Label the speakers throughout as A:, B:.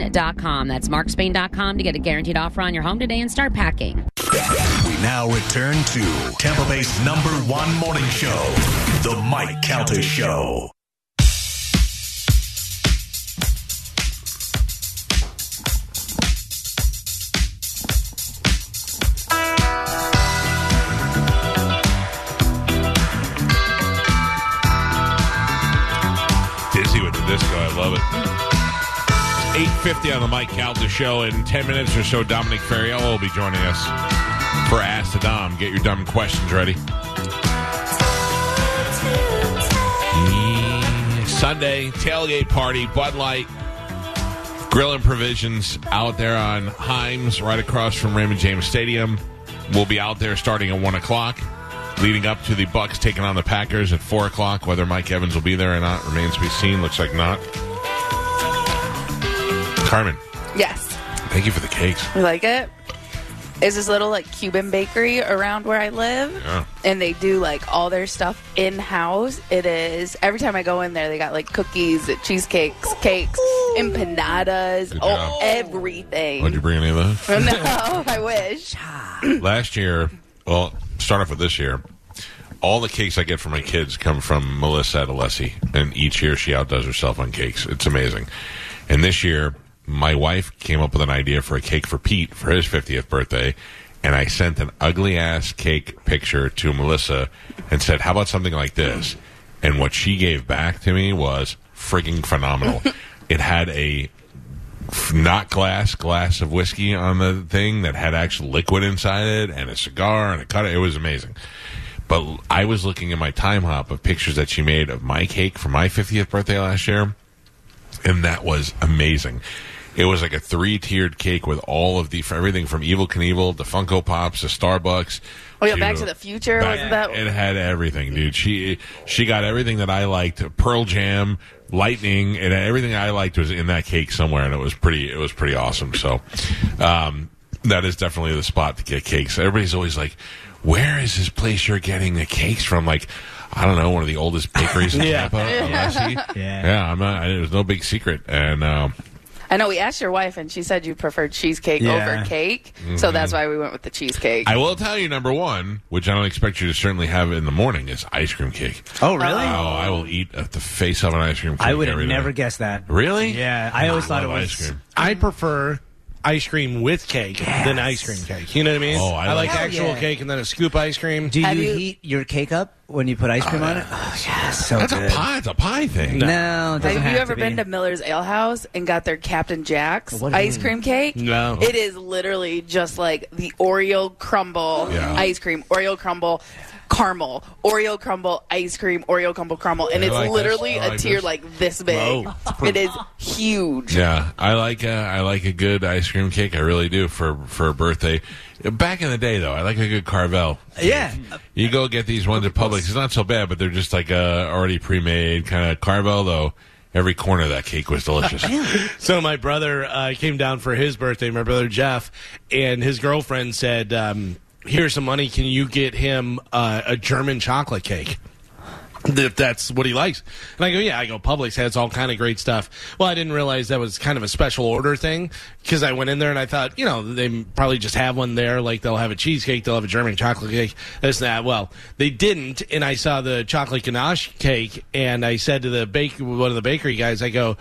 A: markspain.com. That's markspain.com to get a guaranteed offer on your home today and start packing.
B: We now return to Tampa Bay's number one morning show, The Mike Calter Show.
C: Dizzy with the disco. I love it. It's 8.50 on the Mike Calda Show. In 10 minutes or so, Dominic Ferriello will be joining us for Ask the Dom. Get your dumb questions ready. Sunday, tailgate party, Bud Light, Grill and Provisions out there on Himes, right across from Raymond James Stadium. We'll be out there starting at 1 o'clock, leading up to the Bucks taking on the Packers at 4 o'clock. Whether Mike Evans will be there or not remains to be seen. Looks like not. Carmen,
D: Yes.
C: thank you for the cakes.
D: You like it? Is this little like Cuban bakery around where I live?
C: Yeah.
D: And they do like all their stuff in house. It is every time I go in there, they got like cookies, cheesecakes, cakes, empanadas,
C: Good
D: oh,
C: job.
D: everything.
C: Would you bring any of those?
D: no, I wish.
C: Last year, well, start off with this year. All the cakes I get from my kids come from Melissa Adelesi, and each year she outdoes herself on cakes. It's amazing. And this year, my wife came up with an idea for a cake for Pete for his 50th birthday, and I sent an ugly ass cake picture to Melissa and said, How about something like this? And what she gave back to me was frigging phenomenal. it had a not glass glass of whiskey on the thing that had actual liquid inside it and a cigar and a cutter. It was amazing. But I was looking at my time hop of pictures that she made of my cake for my 50th birthday last year, and that was amazing. It was like a three tiered cake with all of the for everything from Evil Knievel to Funko Pops to Starbucks.
D: Oh, yeah, Back to the Future, wasn't that-
C: It had everything, dude. She she got everything that I liked. Pearl Jam, Lightning, and everything I liked was in that cake somewhere, and it was pretty. It was pretty awesome. So, um, that is definitely the spot to get cakes. Everybody's always like, "Where is this place you're getting the cakes from?" Like. I don't know, one of the oldest bakeries in
E: Yeah.
C: Tampa. Alessi.
E: Yeah.
C: yeah. I'm not. It was no big secret, and uh,
D: I know we asked your wife, and she said you preferred cheesecake
E: Yeah.
D: over cake,
C: Mm-hmm.
D: so that's why we went with the cheesecake.
C: I will tell you number one, which I don't expect you to certainly have in the morning, is ice cream cake.
E: Oh,
C: Oh,
E: really?
C: I will eat at the face of an ice cream cake.
E: I would have
C: every day.
E: never guessed that.
C: Really?
E: Yeah, I always thought it
C: love
E: was.
C: ice cream.
F: I prefer ice cream with cake than ice cream cake. You know what I mean?
C: Oh, I like-
F: like
C: Hell
F: actual
D: yeah.
F: cake and then a scoop ice cream.
E: Do you,
D: Have you-
E: heat your cake up when you put ice cream on it? Oh, yes, so
C: That's
E: good.
C: a pie. It's a pie thing.
E: No, it doesn't
D: Have
E: have
D: you ever
E: to
D: been
E: be.
D: to Miller's Ale House and got their Captain Jack's
E: What do you
D: ice
E: mean?
D: cream cake?
F: No.
D: It is literally just like the Oreo crumble
C: Yeah.
D: ice cream, Oreo crumble caramel, Oreo crumble ice cream, Oreo crumble caramel, and
C: I
D: it's
C: like this.
D: literally
C: I
D: a
C: like
D: tier
C: this.
D: like this big.
F: Whoa.
D: It is huge.
C: Yeah, I like a, I like a good ice cream cake. I really do for for a birthday. Back in the day, though, I like a good Carvel.
E: Yeah.
C: You go get these ones at Publix. It's not so bad, but they're just like uh, already pre-made kind of Carvel. Though every corner of that cake was delicious.
F: So my brother uh, came down for his birthday. My brother Jeff and his girlfriend said, um, "Here's some money. Can you get him uh, a German chocolate cake?" If that's what he likes, and I go, yeah, I go. Publix has all kind of great stuff. Well, I didn't realize that was kind of a special order thing because I went in there and I thought, you know, they probably just have one there. Like they'll have a cheesecake, they'll have a German chocolate cake, this and that. Well, they didn't, and I saw the chocolate ganache cake, and I said to the bake one of the bakery guys, I go,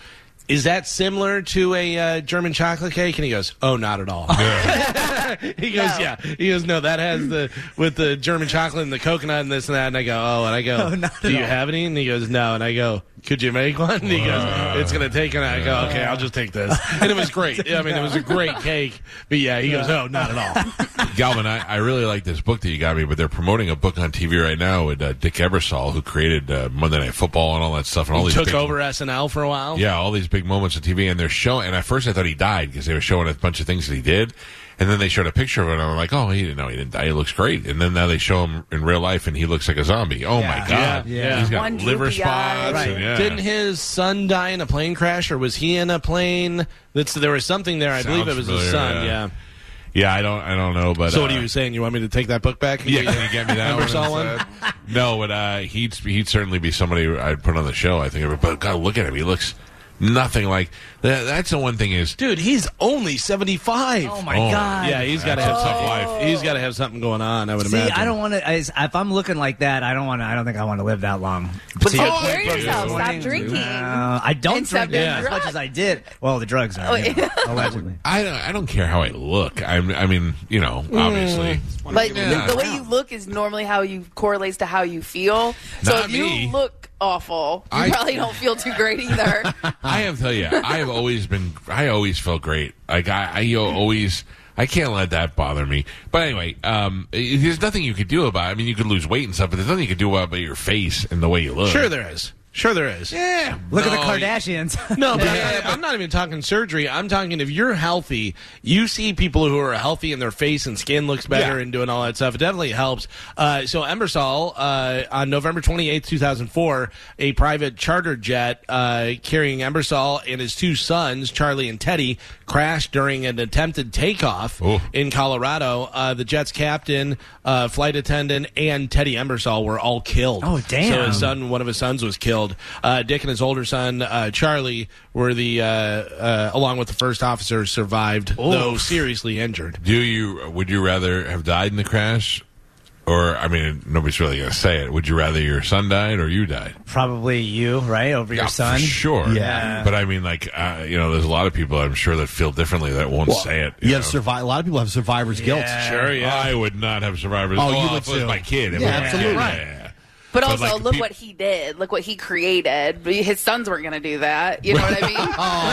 F: is that similar to a uh, German chocolate cake? And he goes, Oh, not at all. he goes, Yeah. He goes, No, that has the with the German chocolate and the coconut and this and that. And I go, Oh, and I go,
E: not
F: Do
E: at
F: you
E: all."
F: have any? And he goes, No. And I go, Could you make one? And he goes, It's gonna take. And I go, Okay, I'll just take this. And it was great. I mean, it was a great cake. But yeah, he goes, Oh, not at all.
C: Galvin, I, I really like this book that you got me, but they're promoting a book on TV right now with uh, Dick Ebersol, who created uh, Monday Night Football and all that stuff, and all these
F: Took
C: big-
F: over SNL for a while.
C: Yeah, all these big moments on TV, and they're showing. And at first, I thought he died because they were showing a bunch of things that he did, and then they showed a picture of it, and I'm like, oh, he didn't know he didn't die. He looks great. And then now they show him in real life, and he looks like a zombie. Oh my god,
E: Yeah, yeah.
C: he's got
D: One
C: liver
D: droopy eye.
C: spots.
E: Right.
C: and yeah.
F: Didn't his son die in a plane crash, or was he in a plane? That's there was something there. I
C: Sounds
F: believe it was
C: familiar,
F: his son.
C: yeah.
F: yeah.
C: yeah, I don't, I don't know, but
F: So what
C: uh,
F: are you saying? You want me to take that book back?
C: Yeah, can you get me that
F: Ever
C: one?
F: saw one?
C: instead? No, but uh, he'd he'd certainly be somebody I'd put on the show. I think, but God, look at him. He looks Nothing like that, that's the one thing is
F: Dude, he's only 75.
E: Oh my
C: Oh,
E: god.
F: Yeah, he's got to have
C: That's a
F: something.
C: tough life.
F: He's got to have something going on. I would
E: See,
F: imagine.
E: I don't want to. If I'm looking like that, I don't want to. I don't think I want to live that long.
D: But
E: See,
D: take
C: Oh,
D: care of
C: yeah.
D: yourself. Stop drinking.
E: Uh, I don't
D: And
E: drink
D: stop doing
E: as much
D: drugs.
E: as I did. Well, the drugs
D: Oh,
E: are you know, allegedly.
C: I don't, I don't care how I look. I, I mean, you know,
F: Mm.
C: obviously.
D: Like
C: Yeah.
D: the, the way you look is normally how you correlates to how you feel. So
C: Not
D: if
C: me.
D: you look awful, you
C: I-
D: probably don't feel too great either.
C: I have tell you, I have always been. I always felt great. Like I, I you know, always. I can't let that bother me. But anyway, um, i- there's nothing you could do about. it. I mean, you could lose weight and stuff, but there's nothing you could do about your face and the way you look.
F: Sure, there is. Sure, there is.
C: Yeah.
E: Look
C: No,
E: at the Kardashians.
F: No, but I'm, not, I'm not even talking surgery. I'm talking if you're healthy, you see people who are healthy and their face and skin looks better
C: Yeah.
F: and doing all that stuff. It definitely helps. Uh, so Embersol, uh, on November 28th, 2004, a private charter jet uh, carrying Embersol and his two sons, Charlie and Teddy, crashed during an attempted takeoff
C: Oh.
F: in Colorado. Uh, the jet's captain, uh, flight attendant, and Teddy Embersol were all killed.
E: Oh, damn.
F: So his son, one of his sons, was killed. Uh, Dick and his older son uh, Charlie were the, uh, uh, along with the first officer, survived though seriously injured.
C: Do you? Would you rather have died in the crash, or I mean, nobody's really going to say it. Would you rather your son died or you died?
E: Probably you, right? Over
C: Yeah,
E: your son.
C: for sure.
E: Yeah.
C: But I mean, like, uh, you know, there's a lot of people I'm sure that feel differently that won't say it.
G: You
C: know.
G: have survi- a lot of people have survivor's guilt.
E: Yeah.
C: Sure, yeah. I would not have survivors.
G: Oh, you
C: if
G: would
C: it was
G: too.
C: my kid. If
G: Yeah,
C: it was my
G: absolutely.
C: kid,
G: Right.
C: yeah, yeah.
D: But
C: So,
D: also,
C: like, the
D: look
C: peop-
D: what he did. Look what he created. His sons weren't going to do that. You know what I mean?
C: Oh,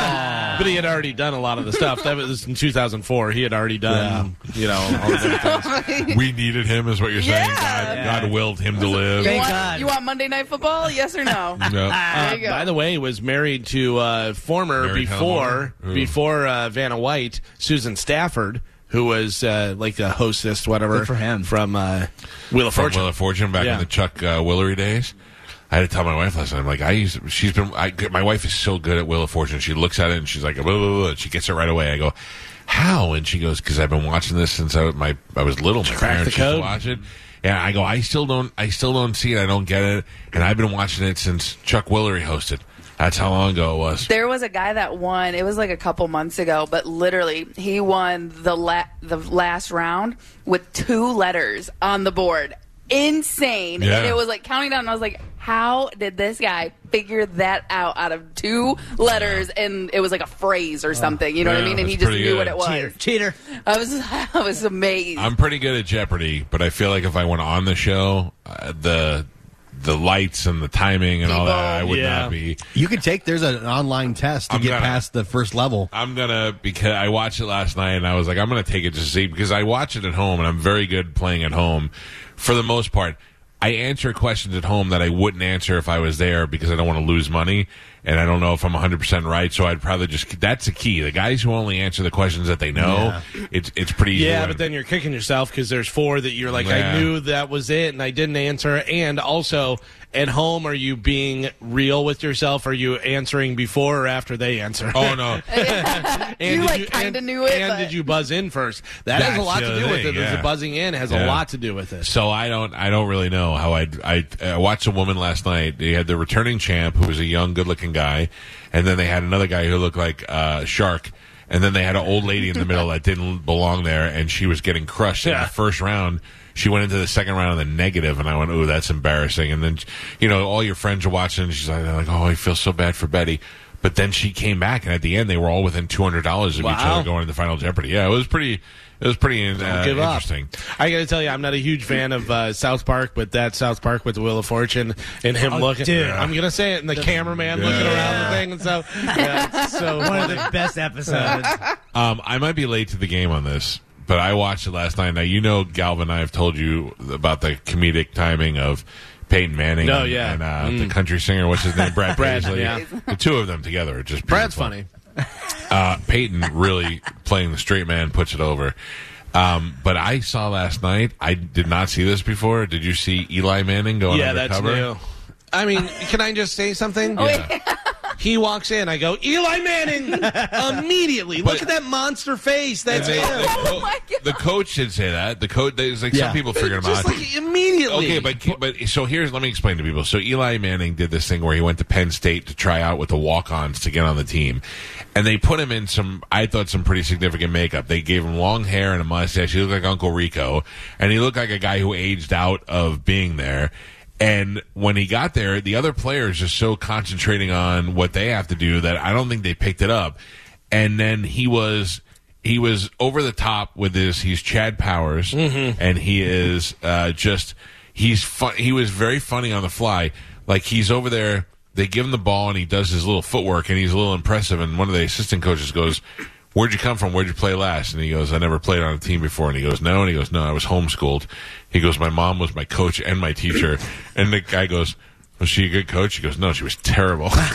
F: But he had already done a lot of the stuff. That was in 2004. He had already done, you know, all the
C: We needed him, is what you're saying.
D: Yeah.
C: God, God willed him to live.
D: You
E: Thank
D: want,
E: God.
D: you want Monday Night Football? Yes or no?
C: Yeah.
D: There you go.
F: By the way, was married to uh, former
C: Mary
F: before
C: Tyler Moore? Ooh.
F: before uh, Vanna White, Susan Stafford, who was uh, like the hostess, whatever,
E: Good for him.
F: from uh, Wheel of
C: From
F: Fortune.
C: Wheel of Fortune back
F: Yeah.
C: in the Chuck uh, Willery days. I had to tell my wife last night. I'm like, I used. She's been. I, my wife is so good at Wheel of Fortune. She looks at it and she's like, blah, blah, blah, blah, and she gets it right away. I go, how? And she goes, because I've been watching this since I was my I was little. My
F: cracked the
C: parents used to
F: code.
C: watch it. And I go, I still don't. I still don't see it. I don't get it. And I've been watching it since Chuck Willery hosted. That's how long ago it was.
D: There was a guy that won. It was like a couple months ago, but literally, he won the la- the last round with two letters on the board. Insane.
C: Yeah.
D: And it was like counting down. And I was like, how did this guy figure that out out of two letters? And it was like a phrase or something. You know what
C: Oh, Yeah,
D: I mean? And he
C: that's
D: just
C: pretty
D: knew what
C: good.
D: it was.
E: Cheater. Cheater.
D: I was I was amazed.
C: I'm pretty good at Jeopardy, but I feel like if I went on the show, uh, the the lights and the timing and all that, I would
F: Yeah.
C: not be.
G: You could take. There's an online test to
C: I'm
G: get
C: gonna-
G: past the first level.
C: I'm gonna because I watched it last night and I was like, I'm gonna take it just to see because I watch it at home and I'm very good playing at home for the most part. I answer questions at home that I wouldn't answer if I was there because I don't want to lose money and I don't know if I'm 100% right. So I'd probably just that's the key. The guys who only answer the questions that they know, it's it's pretty easy.
F: Yeah,
C: to
F: but
C: win.
F: then you're kicking yourself because there's four that you're like,
C: Yeah.
F: I knew that was it, and I didn't answer. And also, at home, are you being real with yourself? Are you answering before or after they answer?
C: oh no.
F: And
D: You,
F: did
D: like, kinda
F: and-
D: knew it,
F: And
D: but-
F: did you buzz in first? That has
C: That's
F: a lot
C: the
F: to do
C: other
F: with
C: thing,
F: it.
C: yeah.
F: The buzzing in has
C: Yeah.
F: a lot to do with it.
C: So I don't, I don't really know how I, I, I watched a woman last night. They had the returning champ, who was a young, good-looking guy, and then they had another guy who looked like uh, shark, and then they had an old lady in the middle that didn't belong there, and she was getting crushed in
F: Yeah.
C: the first round. She went into the second round in the negative, and I went, "Ooh, that's embarrassing." And then, you know, all your friends are watching. And she's like, they're like, "Oh, I feel so bad for Betty." But then she came back, and at the end, they were all within two hundred dollars of each
F: Wow.
C: other going to the final Jeopardy. Yeah, it was pretty. It was pretty uh,
F: give up.
C: interesting.
F: I got to tell you, I'm not a huge fan of uh, South Park, but that South Park with the Wheel of Fortune and
C: Oh,
F: him looking.
E: dude.
F: I'm going to say it, and the, cameraman looking around the thing and stuff. Yeah, it's so
E: One
F: funny.
E: of the best episodes.
C: Um, I might be late to the game on this, but I watched it last night. Now you know, Galvin, I have told you about the comedic timing of Peyton Manning.
F: No,
C: and,
F: Oh, yeah.
C: and,
F: Mm.
C: uh, the country singer, what's his name, Brad
F: Brad,
C: Paisley.
F: yeah.
C: The two of them together are just
F: Brad's
C: beautiful.
F: funny.
C: Uh, Peyton really playing the straight man puts it over. Um, but I saw last night. I did not see this before. Did you see Eli Manning going
F: Yeah, that's
C: undercover?
F: new. I mean, can I just say something?
C: Yeah.
F: He walks in. I go, Eli Manning immediately. Look at that monster face. That's
C: They-
F: him.
C: they-
D: Oh my God.
C: The coach did say that. The coach, there's like some
G: Yeah.
C: people figure him
F: Just
C: out.
F: like immediately.
C: Okay, but but so here's let me explain to people. So Eli Manning did this thing where he went to Penn State to try out with the walk-ons to get on the team, and they put him in some I thought some pretty significant makeup. They gave him long hair and a mustache. He looked like Uncle Rico, and he looked like a guy who aged out of being there. And when he got there, the other players just so concentrating on what they have to do that I don't think they picked it up. And then he was he was over the top with this. He's Chad Powers, and he is uh, just he's fun. He was very funny on the fly. Like he's over there. They give him the ball, and he does his little footwork, and he's a little impressive. And one of the assistant coaches goes, "Where'd you come from? Where'd you play last?" And he goes, "I never played on a team before." And he goes, "No," and he goes, "No, I was homeschooled." He goes, "My mom was my coach and my teacher," and the guy goes. Was she a good coach? He goes, no, she was terrible. I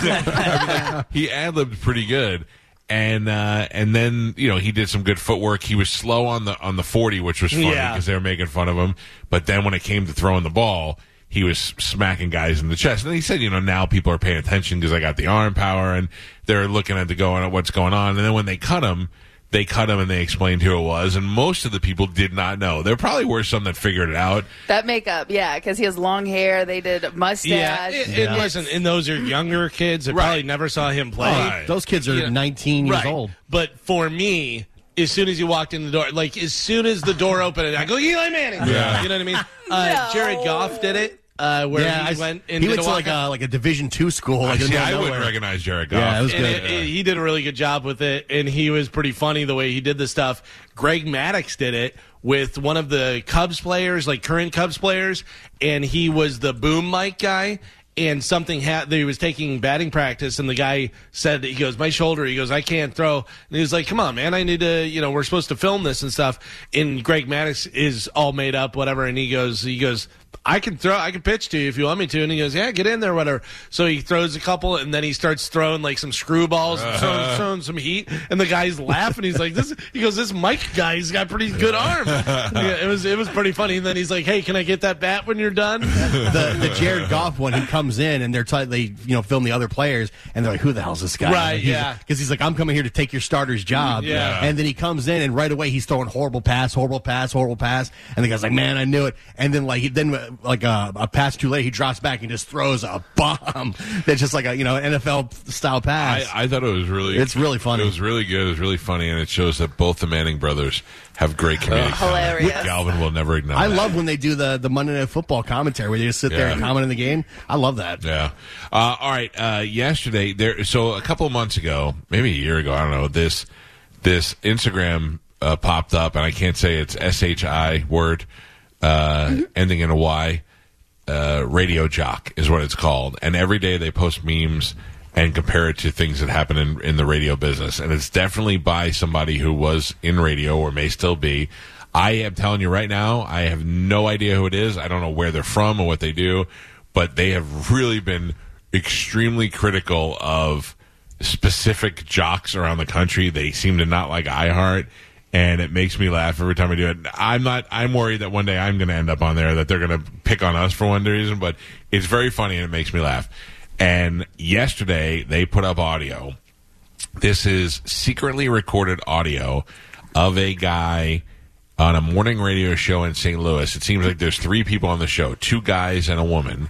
C: mean, like, he ad libbed pretty good, and uh, and then you know he did some good footwork. He was slow on the on the forty, which was funny
F: Yeah.
C: because they were making fun of him. But then when it came to throwing the ball, he was smacking guys in the chest. And he said, you know, now people are paying attention because I got the arm power, and they're looking at the going at what's going on. And then when they cut him. They cut him and they explained who it was, and most of the people did not know. There probably were some that figured it out.
D: That makeup, yeah, because he has long hair. They did a mustache.
F: yeah, and, and listen, and those are younger kids that probably never saw him play.
C: Right.
G: Oh, Those kids are 19 years
F: Right.
G: old.
F: But for me, as soon as he walked in the door, like as soon as the door opened, I go Eli Manning.
C: Yeah.
F: You know what I mean? Uh,
D: No.
F: Jared Goff did it, uh, where
G: yeah, I
F: he
G: s-
F: went
G: he
F: and did
G: went
F: a
G: to like
F: walkout.
G: a like a Division two school. Like in
C: See,
G: the
C: I
G: middle of
C: wouldn't
G: nowhere.
C: recognize Jared Goff.
G: Yeah, it was
F: And
G: good.
F: it- it- he did a really good job with it, and he was pretty funny the way he did the stuff. Greg Maddox did it with one of the Cubs players, like current Cubs players, and he was the boom mic guy. And something had he was taking batting practice, and the guy said, "He goes, my shoulder." He goes, "I can't throw." And he was like, "Come on, man, I need to, you know, we're supposed to film this and stuff." And Greg Maddox is all made up, whatever, and he goes, he goes, I can throw, I can pitch to you if you want me to. And he goes, yeah, get in there, whatever. So he throws a couple, and then he starts throwing like some screwballs
C: Uh-huh.
F: and throwing, throwing some heat. And the guy's laughing. He's like, this. He goes, this Mike guy's got pretty good arm. Yeah, it was it was pretty funny. And then he's like, hey, can I get that bat when you're done?
G: the, the Jared Goff one, he comes in and they're t- they you know film the other players and they're like, who the hell's this guy?
F: Right, yeah.
G: Because he's like, I'm coming here to take your starter's job.
F: Yeah.
G: And then he comes in and right away he's throwing horrible pass, horrible pass, horrible pass, and the guy's like, man, I knew it. And then like he then uh, like uh, a pass too late, he drops back and just throws a bomb that's just like a you know NFL style pass.
C: I, I thought it was really.
G: It's really funny.
C: It was really good. It was really funny, and it shows that both the Manning brothers have great comedic. talent.
D: Hilarious.
C: Galvin will never ignore.
G: I
C: that.
G: love when they do the, the Monday Night Football commentary where they just sit there
C: Yeah.
G: and comment on the game. I love that.
C: Yeah. Uh, all right. Uh, yesterday, there. So a couple of months ago, maybe a year ago, I don't know. This this Instagram uh, popped up, and I can't say it's S H I word uh, ending in a Y. Uh, radio jock is what it's called, and every day they post memes and compare it to things that happen in, in the radio business, and it's definitely by somebody who was in radio or may still be. I am telling you right now, I have no idea who it is. I don't know where they're from or what they do but they have really been extremely critical of specific jocks around the country. They seem to not like iHeart, and it makes me laugh every time I do it. I'm not. I'm worried that one day I'm going to end up on there that they're going to pick on us for one reason, but it's very funny and it makes me laugh. And yesterday they put up audio. This is secretly recorded audio of a guy on a morning radio show in St. Louis. It seems like there's three people on the show, two guys and a woman.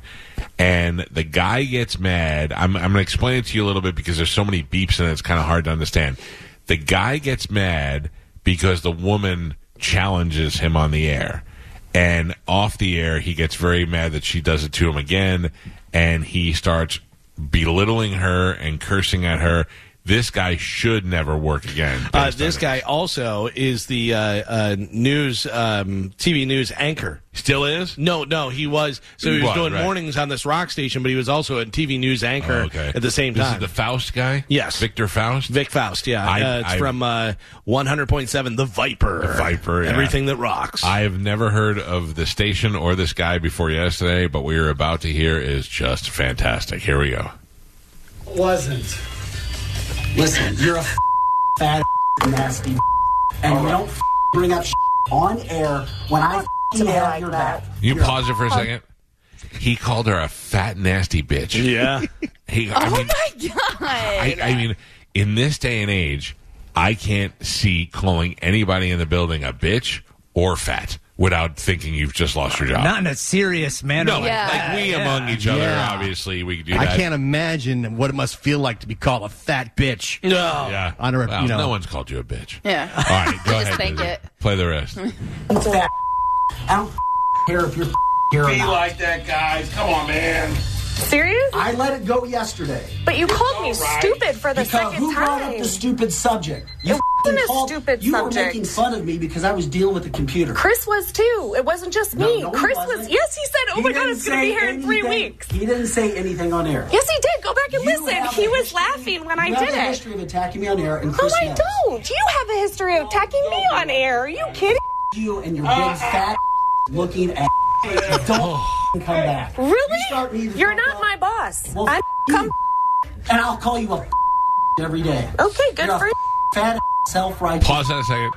C: And the guy gets mad. I'm, I'm going to explain it to you a little bit because there's so many beeps and it's kind of hard to understand. The guy gets mad because the woman challenges him on the air. And off the air, he gets very mad that she does it to him again, and he starts belittling her and cursing at her. This guy should never work again.
F: Uh,
C: based
F: this
C: on it.
F: guy also is the uh, uh, news um, TV news anchor.
C: still is.
F: No, no, he was. So he was
C: Right,
F: doing
C: right.
F: mornings on this rock station, but he was also a TV news anchor
C: Oh, okay.
F: at the same
C: This
F: time.
C: is the Faust guy.
F: Yes.
C: Victor Faust.
F: Vic Faust, yeah.
C: I-
F: uh, it's
C: I-
F: from uh, 100.7, The Viper.
C: The Viper, yeah.
F: Everything that rocks.
C: I have never heard of the station or this guy before yesterday, but we are about to hear is just fantastic. Here we go.
H: wasn't. Listen, you're a f- fat, nasty, f- and you don't f- bring up sh- on air when I f- have your back.
C: Can you pause it for a second? He called her a fat nasty bitch.
F: Yeah.
C: He, I mean,
D: Oh my god!
C: I, I mean, in this day and age, I can't see calling anybody in the building a bitch or fat without thinking you've just lost your job.
E: Not in a serious manner.
C: no,
E: like
D: Yeah.
C: like we
E: Yeah.
C: among each other,
G: Yeah.
C: obviously we do.
G: I
C: that.
G: can't imagine what it must feel like to be called a fat bitch.
F: No.
C: Yeah,
G: Honor of-
C: Wow,
G: you know.
C: no one's called you a bitch.
D: yeah.
C: All right, uh, go
D: Just
C: ahead.
D: think
C: Lizzie.
D: it.
C: Play the rest.
H: Into that. I don't care if you're here or
I: Be
H: not.
I: like that, guys. Come on, man.
J: Serious?
H: I let it go yesterday.
J: But you called me
I: All right.
J: stupid for the
H: Because
J: second
H: who brought up
J: time.
H: the stupid subject? You
J: It
H: f***ing
J: wasn't a stupid
H: you were
J: subject.
H: making fun of me because I was dealing with the computer.
J: Chris was too. It wasn't just
H: No,
J: me.
H: no, he
J: Chris
H: wasn't.
J: was. Yes, he said, "Oh
H: He
J: my god,
H: didn't
J: it's going to
H: say
J: be here in three
H: anything-
J: weeks."
H: He didn't say anything on air.
J: Yes, he did. Go back and
H: You
J: listen.
H: have
J: He
H: a
J: was
H: history-
J: laughing when I
H: you have
J: did
H: a
J: it.
H: history of attacking me on air, and
J: No,
H: Chris
J: I
H: knows.
J: don't. You have a history of attacking me on air. Are you kidding?
H: You and your big fat looking ass. Don't f***ing come back.
J: Really?
H: You start me to
J: You're
H: fuck
J: not
H: up.
J: my boss.
H: Well,
J: I'm
H: f- you.
J: come.
H: And I'll call you a f- every day.
J: Okay, good
H: You're
J: for
H: a
J: you.
H: f- fat self righteous.
C: Pause that a second.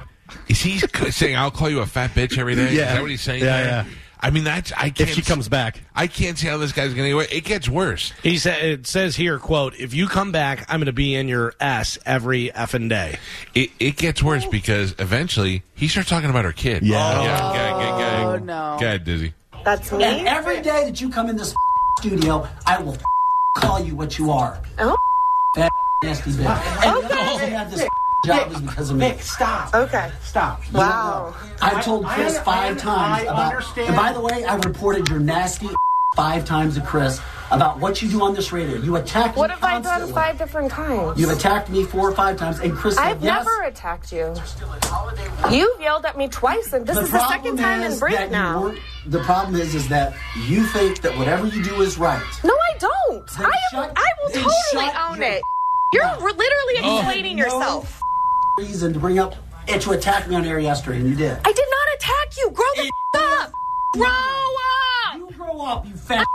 C: Is he c- saying I'll call you a fat bitch every day? Is
G: Yeah.
C: that what he's saying?
G: Yeah,
C: there?
G: yeah.
C: I mean, that's I can't.
G: If she comes back,
C: I can't see how this guy's going to get away. It gets worse.
F: He said it says here, quote, if you come back, I'm gonna be in your ass every effing day.
C: It, it gets worse because eventually he starts talking about her kid.
G: Yeah.
C: Oh, yeah,
D: Oh, no.
C: Go ahead, Dizzy.
J: That's
H: And
J: me.
H: every day that you come in this f- studio, I will f- call you what you are.
J: Oh,
H: Fat nasty bitch. And the
J: Okay.
H: only reason you have this f- job is because of me.
I: Stop.
J: okay.
I: Stop.
J: Wow.
H: I told
I: I-
H: Chris
I: I-
H: five
I: I-
H: times
I: I
H: about.
I: understand.
H: And by the way, I reported your nasty f- five times to Chris about what you do on this radio. You attacked
J: What
H: me
J: have I done
H: constantly.
J: five different times?
H: You've attacked me four or five times, and Chris. said,
J: I've
H: yes,
J: never attacked you. You've yelled at me twice, and this is the
H: problem
J: second time in
H: is
J: Brit
H: that
J: now.
H: you weren't- The problem is, is that you think that whatever you do is right.
J: No, I don't.
H: Then
J: I am,
H: shut-
J: I will
H: then
J: totally
H: shut
J: own
H: your Oh,
J: it. You're re- literally explaining
H: No
J: yourself.
H: Reason to bring up and to attack me on air yesterday, and you did.
J: I did not attack you. Grow the f- up. Grow
H: You grow up, you fat.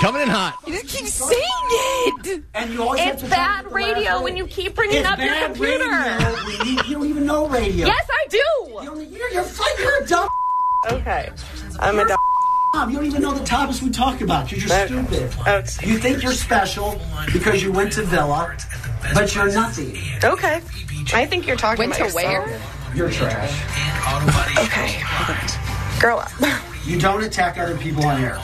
G: coming in hot.
D: You just keep saying it.
H: And you always
J: up.
H: have
J: It's
H: to
J: bad
H: tell people the
J: radio
H: last
J: when
H: word.
J: you keep bringing
H: It's
J: up your
H: bad
J: computer.
H: radio, Wendy. you don't even know radio.
J: Yes, I
H: You
J: do.
H: don't- You're, you're, fun- you're a dumb.
J: Okay, I'm a.
H: mom. You don't even know the topics we talk about because you're stupid.
J: Okay.
H: You think you're special because you went to Villa, but you're nothing.
J: Okay. I think you're talking
D: Went to where?
H: You're trash.
J: Okay. Grow up.
H: You don't attack other people on air.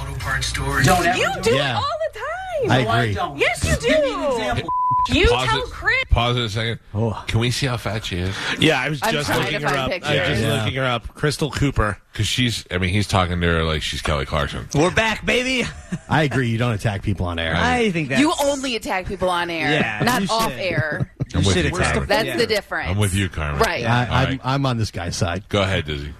H: Don't ever.
J: You
H: do
J: do
H: it.
J: it
G: Yeah.
J: all the time.
G: I
H: No, I
G: agree.
H: don't.
J: Yes, you do.
H: Give me an example.
J: you
C: Pause
J: tell
C: it.
J: Chris.
C: Pause it a second. Can we see how fat she is?
F: Yeah, I was
D: I'm
F: just
D: trying
F: looking
D: to
F: her
D: find
F: up. I
D: pictures.
F: was just
G: Yeah.
F: looking her up. Crystal Cooper.
C: Because she's. I mean, he's talking to her like she's Kelly Clarkson.
E: We're back, baby.
G: I agree. You don't attack people on air.
E: I think that's
D: You only attack people on air,
E: Yeah,
D: not
E: you
D: off
E: should.
D: air.
C: I'm
E: You
C: with
E: should
C: you,
E: attack.
C: Carmen.
D: That's
E: Yeah.
D: the difference.
C: I'm with you, Carmen.
D: Right.
G: I,
C: All
G: I'm,
C: right.
G: I'm on this guy's side.
C: Go ahead, Dizzy.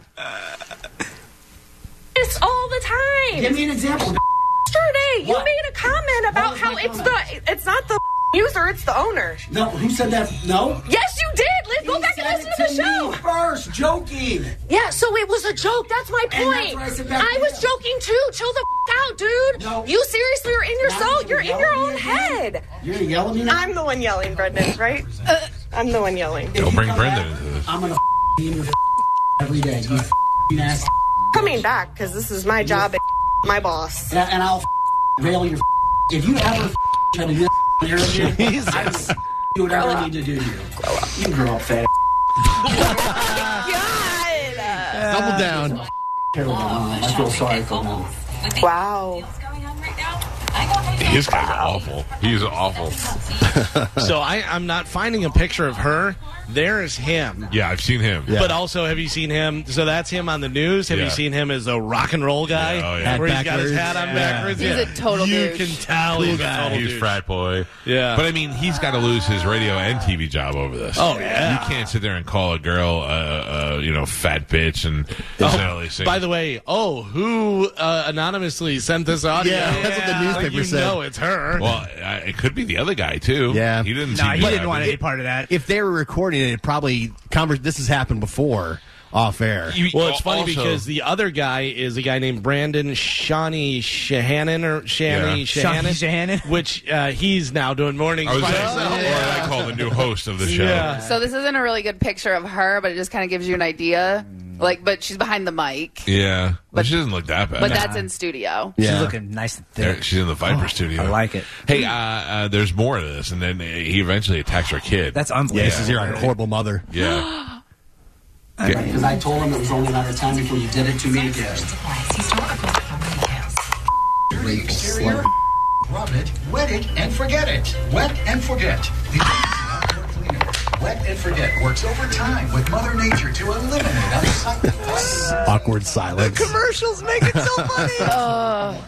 J: It's all the time.
H: Give me an example.
J: Yesterday, you
H: What?
J: made a comment about
H: was
J: how
H: my
J: it's
H: comment?
J: the it's not the user, it's the owner.
H: No, who said that? No.
J: Yes, you did. Let's go
H: He
J: back and
H: said
J: listen
H: it
J: to the show.
H: Me first, joking.
J: Yeah, so it was a joke. That's my
H: And that's
J: point.
H: where I said back
J: I
H: to
J: was
H: you.
J: joking too. Chill the f- out, dude.
H: No.
J: You seriously are in your
H: Now
J: soul.
H: you're
J: You're in your
H: yelling
J: own
H: at me
J: head.
H: You're gonna yell at me now.
J: the one yelling, Brendan. Right?
H: Uh.
J: I'm the one yelling.
H: If you
C: Don't bring
H: come
C: Brenda
H: back,
C: into this.
H: I'm gonna be in your every day. You f***ing ass.
J: Coming back because this is my job. My boss.
H: and, and I'll f- rail your. F- if you ever f- try to do that on your own, I will f- do whatever I need to do to you. Grow up. You grow up, fat.
J: God.
G: Double down.
H: Terrible. mom. I feel sorry for him.
J: Wow.
C: His guy's awful. He's awful.
F: So I, I'm not finding a picture of her. There is him.
C: Yeah, I've seen him.
F: But also, have you seen him? So that's him on the news. Have
C: Yeah.
F: you seen him as a rock and roll guy?
C: Yeah, oh, yeah.
F: Where he's got his hat
G: Backwards.
F: on
G: Yeah.
F: backwards.
D: He's
F: yeah.
D: a total
F: You
D: douche.
F: can tell he's a total
C: He's
F: douche.
C: frat boy.
F: Yeah.
C: But I mean, he's got to lose his radio and TV job over this.
F: Oh, yeah.
C: You can't sit there and call a girl, uh, uh, you know, fat bitch and oh,
F: By the way, oh, who uh, anonymously sent this audio?
G: Yeah, that's what the newspaper
F: you
G: said.
F: know it's her.
C: well, I, it could be the other guy too.
G: Yeah.
C: he didn't.
E: No,
C: seem
E: you
C: to
E: didn't
C: have
E: want
C: it.
E: any part of that.
G: If they were recording it, it probably conver- this has happened before off air.
C: You-
F: Well, it's funny
C: also-
F: because the other guy is a guy named Brandon Shawnee Shahannon or Shawnee
C: Yeah.
E: Shawnee
F: Shahannon,
E: Shahannon.
F: which uh, he's now doing mornings
C: I was
F: by
C: like, "Oh,
F: himself.
C: or what I call the new host of the show.
F: Yeah.
D: So this isn't a really good picture of her, but it just kind of gives you an idea. Like, but she's behind the mic.
C: Yeah, but she doesn't look that bad.
D: But that's in studio.
E: She's looking nice and thick.
C: There- she's in the Viper
F: Oh,
C: studio.
E: I like it.
C: Hey, uh, uh, there's more of this, and then he eventually attacks her kid.
E: That's
G: Yeah,
E: unbelievable.
G: this is your horrible mother.
C: yeah.
H: Because I told him it was only a matter of time before you did it to me again. Rape slut.
K: Rub it, wet it, and forget it. Wet and forget. The outdoor cleaner. Wet and forget works overtime with Mother Nature to eliminate unsightly.
G: Awkward silence.
E: Commercials make it so funny.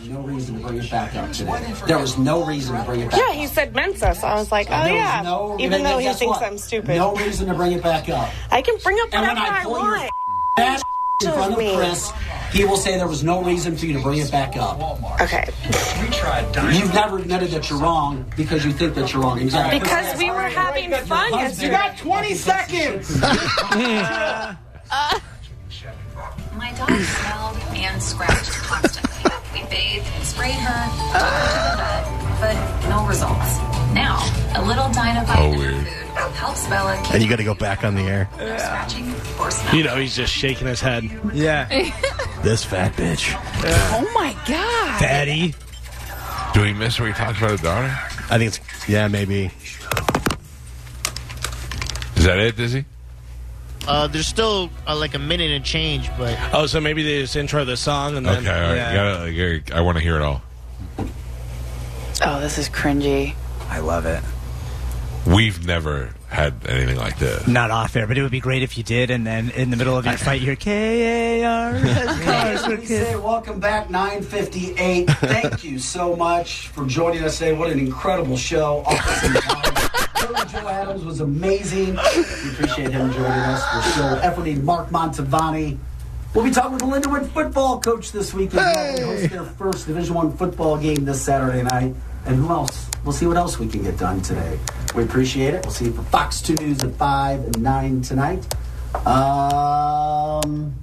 H: No reason to bring it back up today. There was no reason to bring it back
J: Yeah, he said Mensa, so I was like, oh
H: There was
J: yeah.
H: no-
J: Even though he
H: guess
J: thinks
H: what?
J: I'm stupid.
H: No reason to bring it back up.
J: I can bring up
H: And when
J: whatever
H: I
J: I,
H: pull your
J: want.
H: Ass in front of
J: me.
H: Chris, he will say there was no reason for you to bring it back up.
J: Okay.
K: We tried dying.
H: You've never admitted that you're wrong because you think that you're wrong. Exactly.
J: Because we were having fun yesterday.
H: You got 20 seconds.
L: My dog smelled and scratched constantly. We bathed and sprayed her, took her to the vet, but no results. Now, a little Dynavite
C: Oh,
L: in her
C: weird.
L: food helps Bella keep
G: And you got to go back on the air.
L: from scratching or smelling.
F: You know, he's just shaking his head.
E: Yeah.
G: This fat bitch.
D: Oh my god.
E: Fatty.
C: Do we miss where he talks about his daughter?
G: I think it's yeah, maybe.
C: Is that it, Dizzy?
M: Uh, there's still uh, like a minute and change, but
F: Oh, so maybe they just intro the song and then.
C: okay, all right.
F: Yeah.
C: You gotta- you gotta- I want to hear it all.
D: Oh, this is cringy.
E: I love it.
C: We've never had anything like this.
E: Not off air, but it would be great if you did. And then in the middle of your fight, you're K A R S cars for
H: We
E: kids.
H: say welcome back, 958. Thank you so much for joining us today. What an incredible show. Office and Valley. Joe Adams was amazing. We appreciate him joining us. We're still efforting Mark Montavani. We'll be talking with the Lindenwood football coach this week. as well. They host their first Division One football game this Saturday night. And who else? We'll see what else we can get done today. We appreciate it. We'll see you for Fox 2 News at 5 and 9 tonight. Um,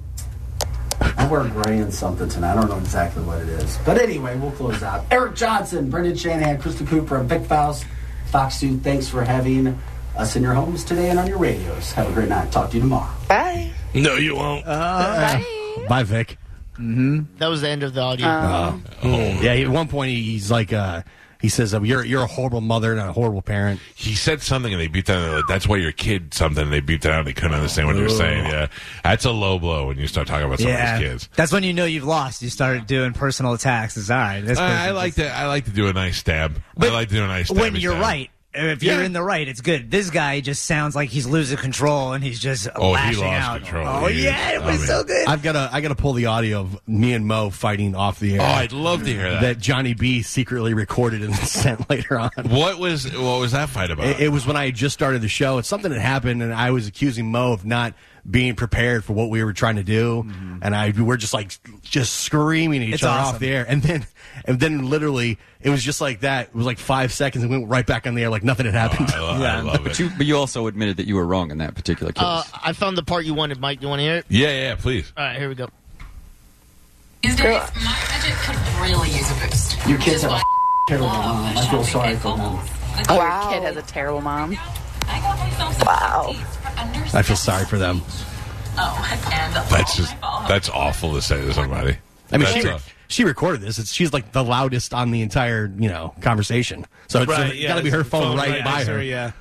H: and we're graying something tonight. I don't know exactly what it is. But anyway, we'll close out. Eric Johnson, Brendan Shanahan, Krista Cooper, and Vic Faust. Fox 2, thanks for having us in your homes today and on your radios. Have a great night. Talk to you tomorrow.
J: Bye.
F: No, you won't.
G: Bye, Vic.
M: Mm-hmm.
G: Uh,
M: that was the end of the audio.
C: Um,
G: Yeah, he- at one point he- he's like, uh, he says, uh, "You're you're a horrible mother and a horrible parent."
C: He said something and they beat that. Like, That's why your kid something. And they beat that out. They couldn't understand what you were saying. Yeah, that's a low blow when you start talking about some of these
E: Yeah.
C: kids.
E: That's when you know you've lost. You start doing personal attacks. It's all right. This
C: Uh, I
E: person
C: like
E: just-
C: to. I like to do a nice stab. I like to do a nice.
E: when
C: stabby
E: you're
C: stab.
E: right. If you're
C: Yeah.
E: in the right, it's good. This guy just sounds like he's losing control and he's just
C: Oh, he
E: lashing
C: lost
E: out.
C: control.
E: Oh
C: He-
E: yeah, it
C: I
E: was
C: mean-
E: so good.
G: I've got to I got to pull the audio of me and Mo fighting off the air
C: Oh, I'd love to hear that.
G: that Johnny B secretly recorded and sent later on.
C: what was what was that fight about?
G: It, it was when I had just started the show. It's something that happened, and I was accusing Mo of not being prepared for what we were trying to do,
F: Mm-hmm.
G: and I we were just like just screaming at each
E: It's
G: other
E: awesome.
G: off the air, and then and then literally it was just like that. It was like five seconds, and we went right back on the air like nothing had happened.
C: I, lo- I
E: Yeah.
C: love it.
N: But you, but you also admitted that you were wrong in that particular case.
M: Uh, I found the part you wanted, Mike. You want to hear it?
C: Yeah, yeah, please.
M: All right, here we go.
L: These days, my budget could really use a boost.
H: Your kids
L: Which is
H: have a
L: why
H: terrible
L: love
H: mom. I feel
L: shopping
H: sorry
L: at
H: for them.
L: Kohl's.
D: Oh,
J: Wow.
D: Your kid has a terrible mom.
L: I got myself some
J: Wow.
L: cookies for under
G: I feel sorry for them.
L: Oh, and
C: That's just
L: all my fault.
C: that's awful to say to somebody.
G: I mean,
C: that's
G: she,
C: tough.
G: she recorded this. It's, she's like the loudest on the entire you know conversation. So it's,
F: Right,
G: it's
F: yeah,
G: got to be
F: it's
G: her
F: the
G: phone, right, by
F: next to
G: her.
F: Yeah.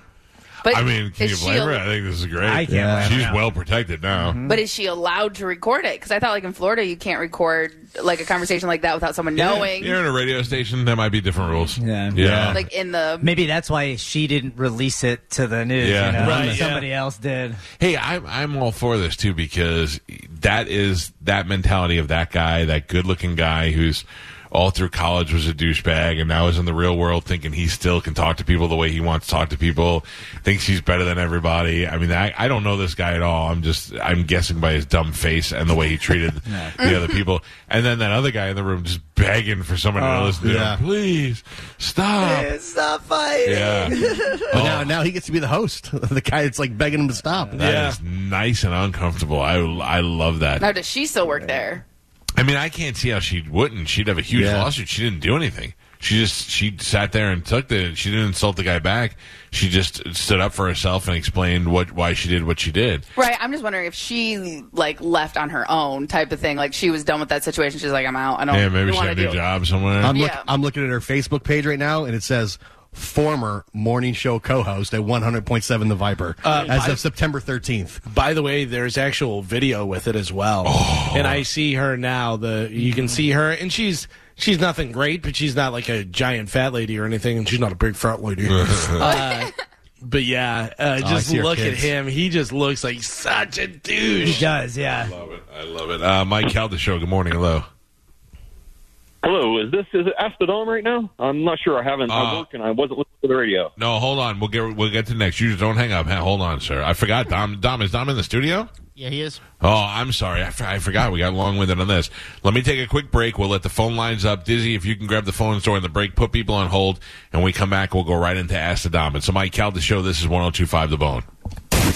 D: But
C: I mean, can
D: is
C: you
D: she
C: blame
D: al-
C: her? I think this is great.
E: I can't Yeah. blame her
C: She's
E: now.
C: well protected now.
D: But is she allowed to record it? Because I thought, like in Florida, you can't record like a conversation like that without someone knowing.
C: You're in a radio station. There might be different rules.
E: Yeah.
C: yeah.
D: Like in the
E: Maybe that's why she didn't release it to the news.
C: Yeah.
E: you know?
F: Right,
E: Somebody
F: yeah.
E: else did.
C: Hey, I'm I'm all for this too because that is that mentality of that guy, that good-looking guy who's all through college was a douchebag and now is in the real world thinking he still can talk to people the way he wants to talk to people, thinks he's better than everybody. I mean, I, I don't know this guy at all. I'm just I'm guessing by his dumb face and the way he treated the other people. And then that other guy in the room just begging for someone to listen to
G: Oh, yeah.
C: him. Please stop.
E: Stop fighting.
C: Yeah. Oh.
G: But now, now he gets to be the host, the guy that's like begging him to stop.
C: That is
F: Oh. Yeah.
C: nice and uncomfortable. I, I love that.
D: now, does she still work there?
C: I mean, I can't see how she wouldn't. She'd have a huge
G: Yeah.
C: lawsuit. She didn't do anything. She just she sat there and took the. She didn't insult the guy back. She just stood up for herself and explained what why she did what she did.
D: Right. I'm just wondering if she like left on her own type of thing. Like she was done with that situation. She's like, I'm out. I don't.
C: yeah, maybe she
D: want
C: had
D: to
C: a new
D: do. it. Um,
C: job somewhere.
G: I'm, look,
D: Yeah.
G: I'm looking at her Facebook page right now, and it says former morning show co-host at 100.7 The Viper
F: Uh,
G: as
F: I-
G: of September 13th.
F: By the way, there's actual video with it as well, and I see her now. The you can see her, and she's she's nothing great, but she's not like a giant fat lady or anything, and she's not a big fat lady. uh, but yeah, uh,
C: I
F: just
C: see her
F: look at
C: kids.
F: him. He just looks like such a douche.
E: He does, yeah.
C: I love it. I love it. Uh, Mike Cal, the show. Good morning. Hello.
O: Hello, is this is it Astrodome right now? I'm not sure. I haven't. I
C: Uh,
O: work and I wasn't listening to the radio.
C: No, hold on. We'll get we'll get to next. You just don't hang up. Hey, Hold on, sir. I forgot. Dom, Dom is Dom in the studio?
M: Yeah, he is.
C: Oh, I'm sorry. I, for- I forgot. We got long winded on this. Let me take a quick break. We'll let the phone lines up. Dizzy, if you can grab the phones during the break, put people on hold, and we come back. We'll go right into Ask oh the Dom. It's a Mike Cal the show. This is 1025 The Bone.